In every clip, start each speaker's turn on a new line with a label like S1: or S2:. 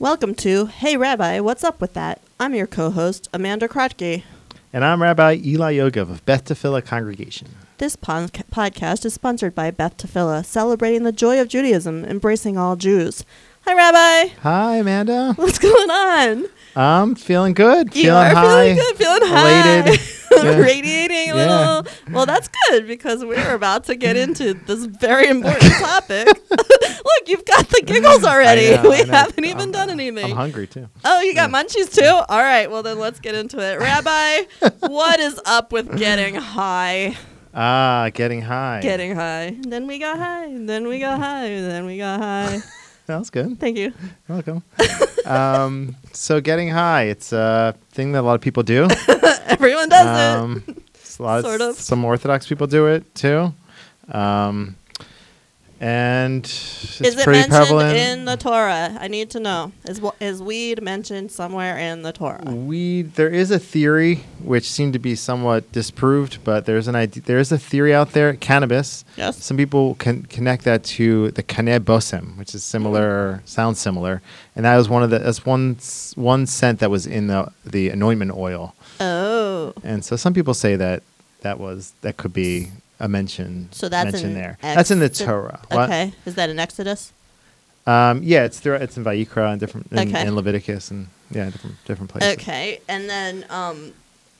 S1: Welcome to Hey Rabbi, What's Up With That? I'm your co host, Amanda Krotke.
S2: And I'm Rabbi Eli Yogov of Beth Tefillah Congregation.
S1: This pon- podcast is sponsored by Beth Tefillah, celebrating the joy of Judaism, embracing all Jews. Hi, Rabbi.
S2: Hi, Amanda.
S1: What's going on?
S2: I'm feeling good.
S1: You
S2: feeling
S1: are
S2: high.
S1: feeling good, feeling
S2: elated.
S1: high,
S2: Yeah.
S1: radiating a
S2: Yeah.
S1: little. Well, that's good because we're about to get into this very important topic. Look, you've got the giggles already.
S2: I know,
S1: we
S2: I know.
S1: haven't even
S2: I'm-
S1: done anything.
S2: I'm hungry too.
S1: Oh, you got munchies too? All right, well, then let's get into it. Rabbi, what is up with getting high?
S2: Ah, getting high.
S1: Getting high. And then we got high. And then we got high. And then we got high.
S2: That was good.
S1: Thank you.
S2: You're Welcome. um, so getting high, it's a thing that a lot of people do.
S1: Everyone does it.
S2: um, it's a lot
S1: Sort of.
S2: Some Orthodox people do it too. Um, and it's
S1: Is it
S2: pretty
S1: mentioned
S2: prevalent.
S1: in the Torah? I need to know. Is wa- is weed mentioned somewhere in the Torah?
S2: we there is a theory which seemed to be somewhat disproved, but there's an idea there is a theory out there cannabis.
S1: Yes.
S2: Some people can connect that to the cannabosum, which is similar, sounds similar, and that was one of the that's one s- one scent that was in the the anointment oil,
S1: Oh,
S2: and so some people say that that was that could be a mention.
S1: so that's
S2: mention
S1: in
S2: there. that's in the
S1: Exod-
S2: Torah. What?
S1: Okay, is that in Exodus?
S2: Um, yeah, it's through it's in Vayikra and different in,
S1: Okay.
S2: in Leviticus and yeah different different places.
S1: Okay, and then um,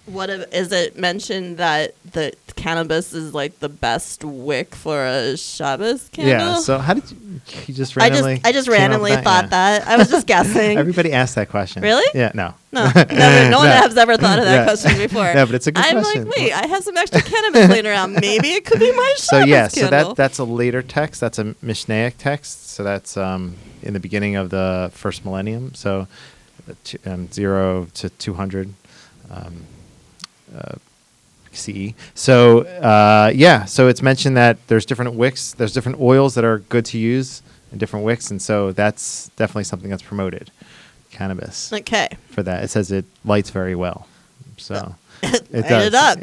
S1: what if, is it mentioned that the cannabis is like the best wick for a Shabbos candle?
S2: Yeah. So how did you, you just
S1: I
S2: randomly?
S1: just I just
S2: came up with
S1: randomly thought
S2: Yeah.
S1: that I was just guessing.
S2: Everybody asked that question.
S1: Really?
S2: Yeah. No.
S1: No, never, no one
S2: No.
S1: has ever thought of that
S2: Yeah.
S1: question before.
S2: No, but it's a good
S1: I'm
S2: question.
S1: like, wait, I have some extra cannabis laying around. Maybe it could be my Shabbos
S2: So yeah. So
S1: candle.
S2: that that's a later text. That's a Mishnaic text. So that's um, in the beginning of the first millennium. So uh, t- um, zero to two hundred. Um, uh, CE. So uh, yeah, so it's mentioned that there's different wicks, there's different oils that are good to use and different wicks, and so that's definitely something that's promoted, cannabis
S1: okay.
S2: for that. It says it lights very well, so it
S1: Light
S2: does.
S1: it up.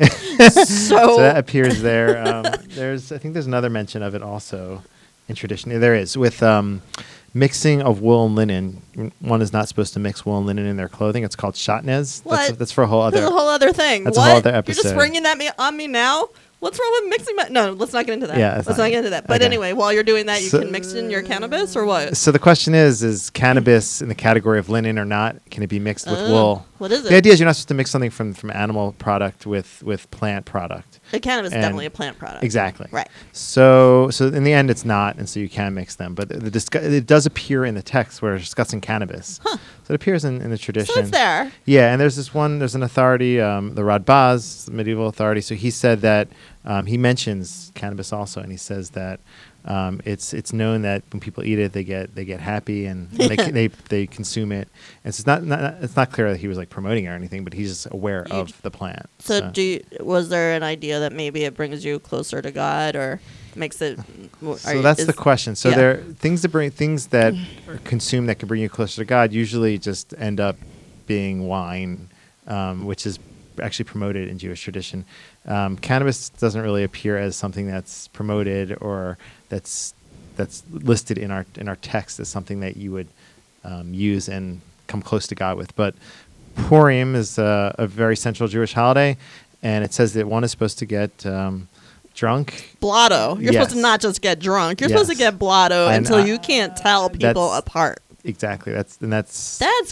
S1: so,
S2: so that appears there. Um, there's I think there's another mention of it also in tradition. Yeah, There is with um, mixing of wool and linen. One is not supposed to mix wool and linen in their clothing. It's called shatnez. That's,
S1: What?
S2: that's for a whole other.
S1: There's a whole other thing.
S2: That's a
S1: what?
S2: whole other
S1: You're just
S2: episode.
S1: bringing that me on me now. What's wrong with mixing? My- no, let's not get into that.
S2: Yeah,
S1: let's
S2: that's
S1: not,
S2: not-
S1: get into that. But
S2: okay.
S1: anyway, while you're doing that, you
S2: So-
S1: can mix in your cannabis or what?
S2: So the question is: Is cannabis in the category of linen or not? Can it be mixed with
S1: Oh,
S2: wool?
S1: What is it?
S2: The idea is you're not supposed to mix something from from animal product with with plant product.
S1: The cannabis is
S2: and-
S1: definitely a plant product.
S2: Exactly.
S1: Right.
S2: So so in the end, it's not, and so you can mix them. But the, the discu- it does appear in the text where it's discussing cannabis. So it appears in, in the tradition.
S1: So it's there.
S2: Yeah, and there's this one. There's an authority, um, the Radbaz, medieval authority. So he said that um, he mentions cannabis also, and he says that um, it's it's known that when people eat it, they get they get happy and they they, they consume it. And so it's not, not it's not clear that he was like promoting it or anything, but he's just aware
S1: You-
S2: of the plant.
S1: So, do you, was there an idea that maybe it brings you closer to God or makes it? Are
S2: So
S1: you-
S2: that's
S1: is-
S2: the question. So
S1: yeah.
S2: there things that bring things that are consumed that can bring you closer to God usually just end up being wine, um, which is actually promoted in Jewish tradition. Um, cannabis doesn't really appear as something that's promoted or that's that's listed in our in our text as something that you would um, use and come close to God with. But Purim is a, a very central Jewish holiday, and it says that one is supposed to get um, drunk
S1: blotto. You're supposed to
S2: Yes.
S1: not just get drunk. You're supposed to
S2: Yes.
S1: get blotto
S2: And
S1: until
S2: I-
S1: you can't tell people
S2: that's-
S1: apart.
S2: Exactly. That's and that's
S1: That's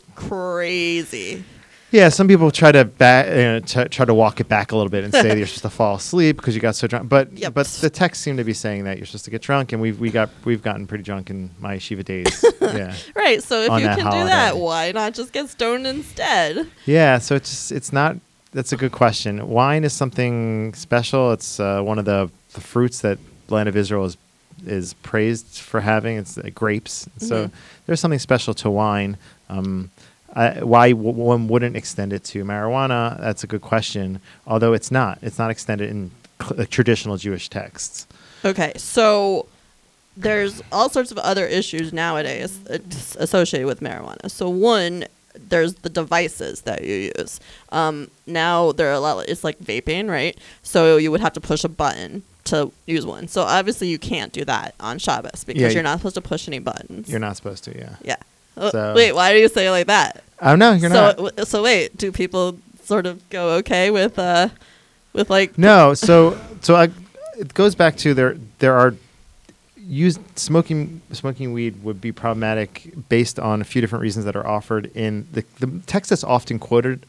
S1: crazy.
S2: yeah. Some people try to back, you know, t- try to walk it back a little bit and say that you're supposed to fall asleep because you got so drunk. But
S1: Yep.
S2: but the texts seem to be saying that you're supposed to get drunk, and we've we got we've gotten pretty drunk in my yeshiva days. yeah,
S1: Right. So if
S2: On
S1: you
S2: that
S1: can do that,
S2: holiday.
S1: why not just get stoned instead?
S2: yeah. So it's just, it's not. That's a good question. Wine is something special. It's uh, one of the the fruits that the land of Israel is is praised for having. It's uh, grapes. So
S1: Mhm.
S2: there's something special to wine. Um, I, why w- one wouldn't extend it to marijuana? That's a good question. Although it's not, it's not extended in cl- uh, traditional Jewish texts.
S1: Okay. So there's all sorts of other issues nowadays uh, s- associated with marijuana. So one, there's the devices that you use. Um, now there are a lot. It's like vaping, right? So you would have to push a button to use one. So obviously you can't do that on Shabbos because
S2: Yeah,
S1: you're
S2: you-
S1: not supposed to push any buttons.
S2: You're not supposed to, yeah.
S1: Yeah. Uh,
S2: So-
S1: Wait, why do you say it like that?
S2: Oh no, you're
S1: so
S2: not.
S1: w- so wait, do people sort of go okay with uh with like
S2: No, so so I, it goes back to there. There are use smoking smoking weed would be problematic based on a few different reasons that are offered in the the text that's often quoted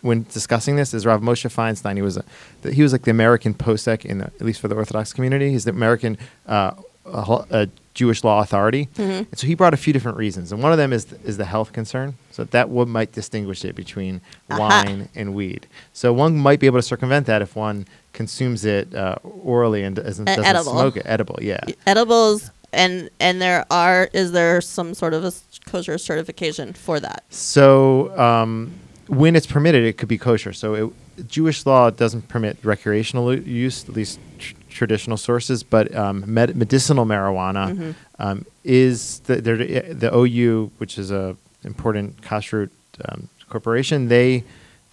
S2: when discussing this is Rav Moshe Feinstein. He was a, that he was like the American posek in the, at least for the Orthodox community. He's the American uh, a, hol- a Jewish law authority.
S1: Mm-hmm.
S2: And so he brought a few different reasons, and one of them is is the health concern. So that what might distinguish it between
S1: Aha.
S2: wine and weed. So one might be able to circumvent that if one consumes it uh, orally and doesn't,
S1: And
S2: doesn't
S1: E, edible.
S2: smoke it. Edible, yeah.
S1: edibles and and there are is there some sort of a s- kosher certification for that?
S2: So um, when it's permitted, it could be kosher. So it, Jewish law doesn't permit recreational u- use, at least tr- traditional sources, but um, med- medicinal marijuana
S1: Mm-hmm.
S2: um, is the, there- the OU, which is a important kashrut um, corporation. They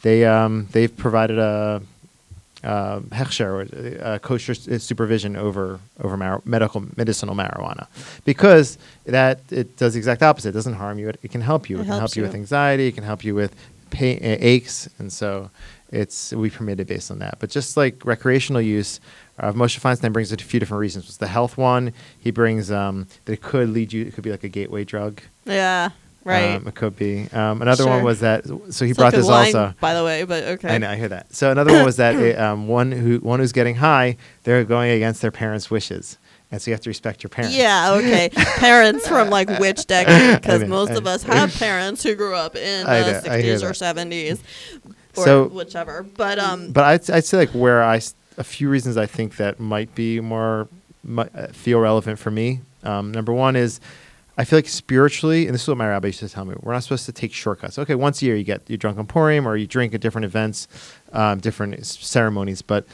S2: they um, they've provided a uh, hechsher, or, uh, kosher s- supervision over over mar- medical medicinal marijuana, because that it does the exact opposite. It doesn't harm you. It, it can help you.
S1: It
S2: It, can
S1: helps
S2: help you, with
S1: you.
S2: anxiety. It can help you with pain, uh, aches, and so it's we permit it based on that. But just like recreational use. Uh, Moshe Feinstein brings it a few different reasons. It's the health one. He brings um, that it could lead you. It could be like a gateway drug.
S1: Yeah, right.
S2: Um, it could be. Um, another
S1: Sure.
S2: one was that. So he
S1: It's
S2: brought
S1: like a
S2: this
S1: wine,
S2: also.
S1: by the way, but okay.
S2: I know, I hear that. So another one was that it, um, one who one who's getting high, they're going against their parents' wishes, and so you have to respect your parents.
S1: Yeah, okay. parents from like which decade? Because
S2: I know,
S1: most
S2: I
S1: of
S2: know.
S1: us have parents who grew up in
S2: I
S1: the
S2: know, I hear
S1: sixties or
S2: that.
S1: seventies, or
S2: So-
S1: whichever. But um,
S2: But I'd, I'd say like where I s- a few reasons I think that might be more might, uh, feel relevant for me. Um, number one is I feel like spiritually, and this is what my rabbi used to tell me: we're not supposed to take shortcuts. Okay, once a year you get you drunk on Purim or you drink at different events, um, different s- ceremonies, but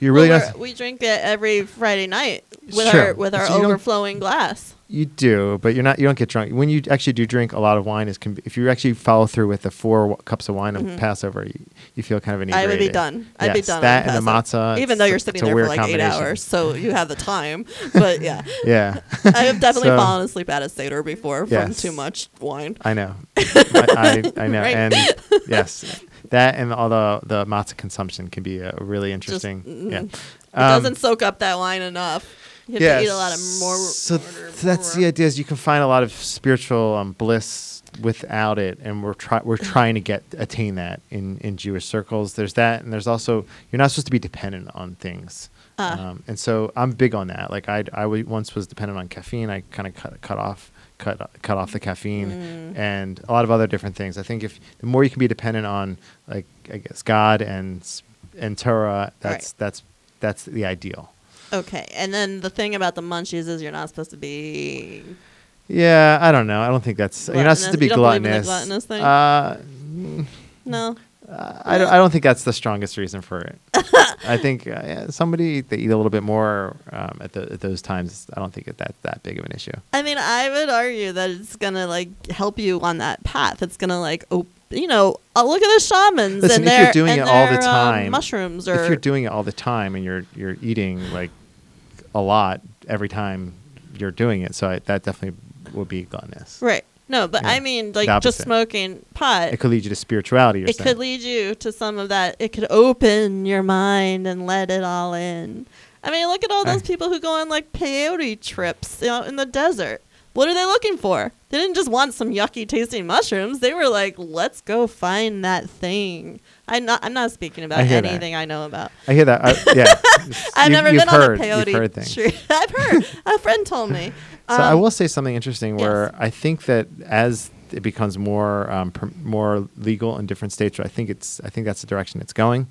S2: you're really
S1: well,
S2: not.
S1: we're- we drink it every Friday night with
S2: Sure.
S1: our with our
S2: So you don't-
S1: overflowing glass.
S2: You do, but you're not. You don't get drunk when you actually do drink a lot of wine. Is can be, if you actually follow through with the four w- cups of wine on Passover, you, you feel kind of
S1: Mm-hmm. I
S2: inebriated.
S1: would be done. I'd be
S2: Yes,
S1: done.
S2: That
S1: on
S2: and the
S1: Passover.
S2: matzah.
S1: even
S2: it's-
S1: though you're
S2: it's
S1: sitting
S2: a
S1: there for
S2: weird
S1: like eight
S2: combination.
S1: hours, so you have the time. But yeah,
S2: Yeah,
S1: I have definitely
S2: So-
S1: fallen asleep at a seder before from
S2: Yes.
S1: too much wine.
S2: I know. I, I, I know,
S1: Right.
S2: and yes, that and all the the matzah consumption can be uh, really
S1: Just
S2: interesting.
S1: mm,
S2: yeah,
S1: it
S2: Um,
S1: doesn't soak up that wine enough. You have to eat a lot of more.
S2: So th-
S1: more-
S2: that's the
S1: more.
S2: idea: is you can find a lot of spiritual um, bliss without it, and we're try- we're trying to get attain that in in Jewish circles. There's that, and there's also you're not supposed to be dependent on things.
S1: Ah.
S2: Um, and so I'm big on that. Like I I w- once was dependent on caffeine. I kind of cut cut off cut cut off the caffeine
S1: Mm.
S2: and a lot of other different things. I think if the more you can be dependent on like I guess God and s- and Torah, that's that's that's the ideal.
S1: Okay, and then the thing about the munchies is you're not supposed to be.
S2: Yeah, I don't know. I don't think that's you're not supposed to
S1: Gluttonous-
S2: be
S1: you don't believe in the gluttonous
S2: gluttonous.
S1: thing?
S2: Uh,
S1: No,
S2: I don't. I don't think that's the strongest reason for it. I think uh, yeah, somebody they eat a little bit more um, at, the, at those times. I don't think that that's that big of an issue.
S1: I mean I would argue that it's gonna like help you on that path. It's gonna like op- you know uh, look at the shamans
S2: Listen,
S1: and
S2: if
S1: their
S2: you're doing
S1: and
S2: it all the
S1: their, um,
S2: time,
S1: mushrooms or
S2: If you're doing it all the time and you're you're eating like a lot every time you're doing it, so I, that definitely would be gluttonous.
S1: right. No, but
S2: Yeah,
S1: I mean
S2: the
S1: like just
S2: opposite.
S1: smoking pot.
S2: It could lead you to spirituality. You're
S1: it
S2: saying.
S1: could lead you to some of that. It could open your mind and let it all in. I mean, look at all those
S2: Aye.
S1: people who go on like peyote trips you know, in the desert. What are they looking for? They didn't just want some yucky tasting mushrooms. They were like, let's go find that thing. I'm not. I'm not speaking about
S2: I hear that.
S1: anything I know about.
S2: I hear that. I, yeah,
S1: I've
S2: You've-
S1: never
S2: you've
S1: been
S2: heard-
S1: on
S2: you've
S1: a peyote
S2: heard things.
S1: trip. I've heard. A friend told me.
S2: So I
S1: Um,
S2: will say something interesting where I think that as it becomes more um, per, more legal in different states, I think it's I think that's the direction it's going.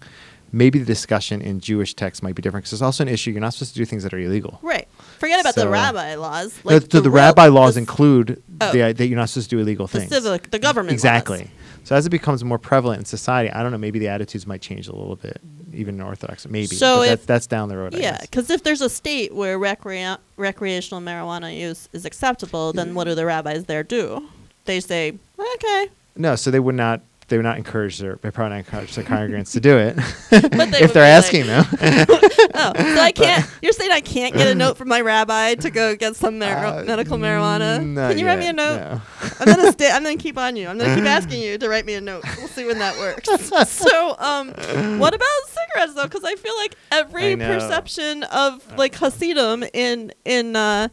S2: Maybe the discussion in Jewish texts might be different because it's also an issue. You're not supposed to do things that are illegal.
S1: Right. Forget about the
S2: So-
S1: rabbi laws.
S2: No, so the,
S1: real-
S2: rabbi laws
S1: the-
S2: include
S1: Oh.
S2: the, that you're not supposed to do illegal
S1: the
S2: things.
S1: civic, the government. laws.
S2: exactly. So as it becomes more prevalent in society, I don't know. Maybe the attitudes might change a little bit, even in Orthodox. Maybe.
S1: So
S2: But
S1: if-
S2: that's, that's down the road. I
S1: Yeah,
S2: guess.
S1: because if there's a state where recrea- recreational marijuana use is acceptable, then what do the rabbis there do? They say, okay,
S2: No, so they would not they were not encouraged their they probably not encouraged their congregants to do it
S1: But they
S2: if
S1: would
S2: they're
S1: be like-
S2: asking them.
S1: Oh, so I can't. You're saying I can't get a note from my rabbi to go get some mar-
S2: Uh,
S1: medical marijuana?
S2: not
S1: Can you write me a
S2: yet,
S1: note?
S2: no.
S1: I'm gonna stay. I'm gonna keep on you. I'm gonna keep asking you to write me a note. We'll see when that works. so, um, what about cigarettes though? Because I feel like
S2: I
S1: every
S2: know.
S1: perception of like Hasidim in in uh,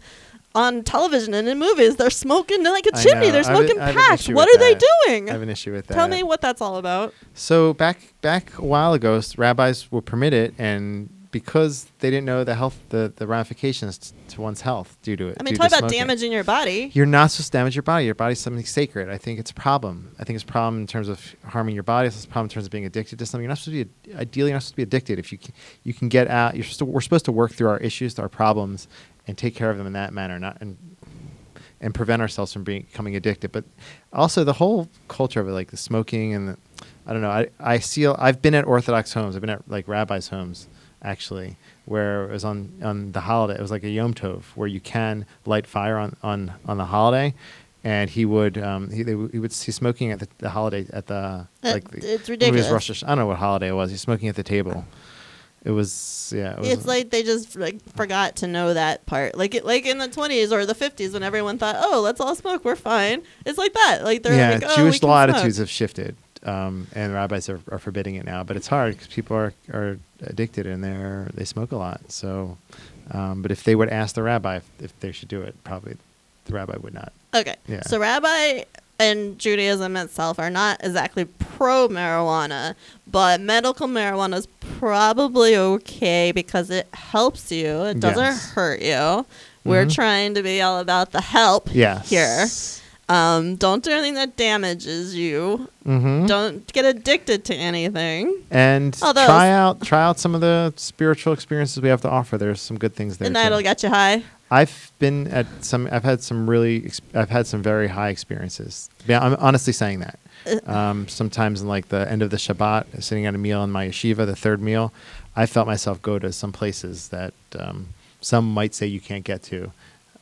S1: on television and in movies, they're smoking like a
S2: I
S1: chimney.
S2: know.
S1: They're
S2: I have a-
S1: smoking
S2: I have an
S1: packs.
S2: issue
S1: What
S2: with
S1: are they
S2: that. I have
S1: doing?
S2: an issue with that.
S1: Tell me what that's all about.
S2: So back back a while ago, s- rabbis would permit it, and because they didn't know the health the, the ramifications t- to one's health due to it.
S1: I mean,
S2: due
S1: talk
S2: to
S1: about
S2: smoking.
S1: damaging your body.
S2: You're not supposed to damage your body. Your body's something sacred. I think it's a problem. I think it's a problem in terms of harming your body. It's a problem in terms of being addicted to something. You're not supposed to be ideally you're not supposed to be addicted. If you can, you can get out, you're still, we're supposed to work through our issues, our problems, and take care of them in that manner, not and and prevent ourselves from being, becoming addicted. But also the whole culture of it, like the smoking and the, I don't know. I I see. I've been at Orthodox homes. I've been at like rabbis' homes actually, where it was on on the holiday. It was like a Yom Tov where you can light fire on on on the holiday. And he would, um, he, they, w- he would see smoking at the, the holiday at the
S1: Uh,
S2: like the,
S1: it's
S2: I believe It
S1: ridiculous.
S2: was Rosh Hashanah. I don't know what holiday it was. He's smoking at the table. It was yeah. It was,
S1: it's like they just like forgot to know that part. Like it, like in the twenties or the fifties when everyone thought, "Oh, let's all smoke, we're fine." It's like that. Like they're
S2: yeah,
S1: like, "Oh, we
S2: Jewish
S1: can
S2: law
S1: smoke."
S2: attitudes have shifted, um, and rabbis are, are forbidding it now. But it's hard because people are, are addicted and they're they smoke a lot. So, um, but if they would ask the rabbi if, if they should do it, probably the rabbi would not.
S1: Okay.
S2: Yeah.
S1: So Rabbi and Judaism itself are not exactly pro marijuana, but medical marijuana is probably okay because it helps you. It doesn't
S2: Yes.
S1: hurt you. We're
S2: Mhm.
S1: trying to be all about the help
S2: Yes.
S1: here. Um, don't do anything that damages you.
S2: Mm-hmm.
S1: Don't get addicted to anything.
S2: And
S1: Although-
S2: try out try out some of the spiritual experiences we have to offer. There's some good things there.
S1: And
S2: too.
S1: that'll get you high.
S2: I've been at some. I've had some really. ex- I've had some very high experiences. Yeah, I'm honestly saying that.
S1: Uh.
S2: Um, sometimes in like the end of the Shabbat, sitting at a meal in my yeshiva, the third meal, I felt myself go to some places that um, some might say you can't get to.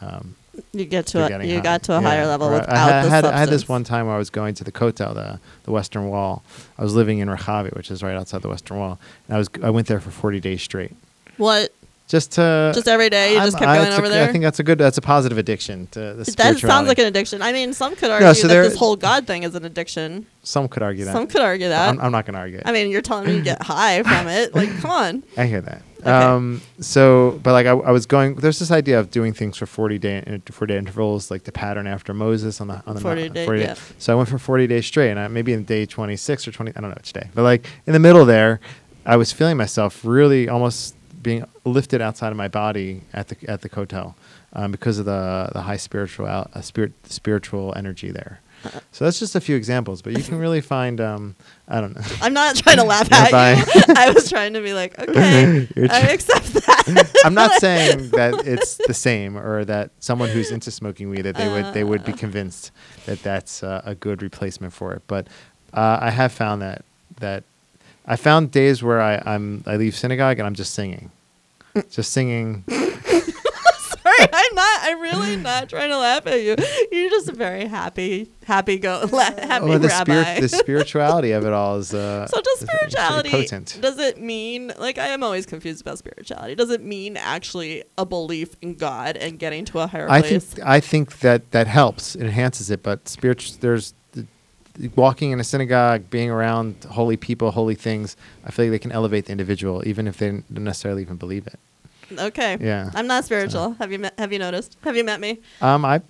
S2: Um,
S1: You get
S2: you're
S1: to a,
S2: getting
S1: you
S2: high.
S1: got to a
S2: Yeah,
S1: higher level
S2: right.
S1: without
S2: I had,
S1: the
S2: I had, I
S1: substance.
S2: had this one time where I was going to the Kotel, the, the Western Wall. I was living in Rehavit, which is right outside the Western Wall, and I was I went there for 40 days straight.
S1: What?
S2: Just to
S1: Just every day you just kept going
S2: it's a-
S1: over there?
S2: Uh, I think that's a good. That's a positive addiction to the
S1: That sounds
S2: spirituality.
S1: like an addiction. I mean, some could argue
S2: so
S1: that
S2: there-
S1: this whole God thing is an addiction.
S2: Some could argue that.
S1: Some could argue that.
S2: I'm, I'm not going to argue. it.
S1: I mean, you're telling me you get high from it. Like, come on.
S2: I hear that.
S1: Okay.
S2: Um, so, but like I, I was going. There's this idea of doing things for 40 day, 40 day intervals, like the pattern after Moses on the on the
S1: 40
S2: mount-
S1: day, yeah.
S2: So I went for 40 days straight, and I, maybe in day 26 or 20, I don't know which day, but like in the middle there, I was feeling myself really almost being lifted outside of my body at the at the hotel um, because of the the high spiritual uh, spirit spiritual energy there.
S1: Uh-uh.
S2: So that's just a few examples, but you can really find um, I don't know.
S1: I'm not trying to laugh
S2: You're
S1: at you. I was trying to be like, okay,
S2: You're
S1: I
S2: tr-
S1: accept that.
S2: I'm not saying that it's the same or that someone who's into smoking weed that they would they
S1: Uh.
S2: would be convinced that that's uh, a good replacement for it. But uh, I have found that that I found days where I I'm, I leave synagogue and I'm just singing, just singing.
S1: Sorry, I'm not. I'm really not trying to laugh at you. You're just a very happy, happy go, la- happy
S2: Oh, the
S1: rabbi.
S2: spirit the spirituality of it all is uh,
S1: So
S2: is-
S1: does
S2: is pretty
S1: spirituality
S2: potent.
S1: does it mean like I am always confused about spirituality? Does it mean actually a belief in God and getting to a higher
S2: I think
S1: place?
S2: I think that that helps, it enhances it. But spiritual, there's th- th- walking in a synagogue, being around holy people, holy things. I feel like they can elevate the individual, even if they don't necessarily even believe it.
S1: okay.
S2: Yeah.
S1: I'm not spiritual. Have you met, have you noticed? Have you met me?
S2: Um, I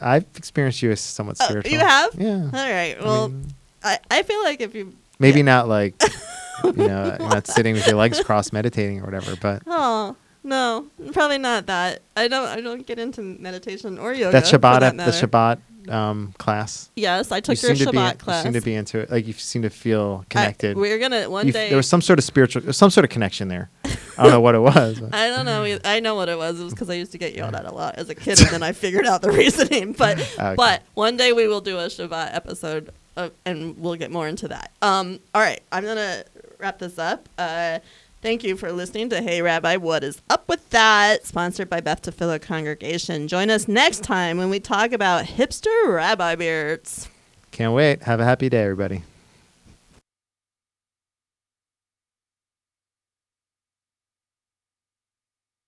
S2: I've experienced you as somewhat
S1: Oh,
S2: spiritual.
S1: you have?
S2: Yeah.
S1: All right. Well, I,
S2: mean-
S1: I, feel like if you
S2: Maybe
S1: yeah.
S2: not like you know, not sitting with your legs crossed, meditating or whatever. But
S1: Oh no, probably not that. I don't I don't get into meditation or yoga.
S2: that
S1: Oh, for
S2: Shabbat,
S1: that
S2: the
S1: matter.
S2: Shabbat um, class.
S1: Yes, I took
S2: you
S1: your
S2: seem to be
S1: Shabbat
S2: you
S1: class.
S2: seem to be into it. Like you seem to feel
S1: I-
S2: connected.
S1: we're gonna one
S2: You f-
S1: day.
S2: there was some sort of spiritual, some sort of connection there. I don't know what it was. but-
S1: I don't know. e-, I know what it was. It was because I used to get yelled at a lot as a kid, and then I figured out the reasoning. But
S2: Okay.
S1: but one day we will do a Shabbat episode, of, and we'll get more into that. Um. All right. I'm gonna wrap this up. Uh. Thank you for listening to Hey Rabbi, What is Up with That? Sponsored by Beth Tefillah Congregation. Join us next time when we talk about hipster rabbi beards.
S2: Can't wait. Have a happy day, everybody.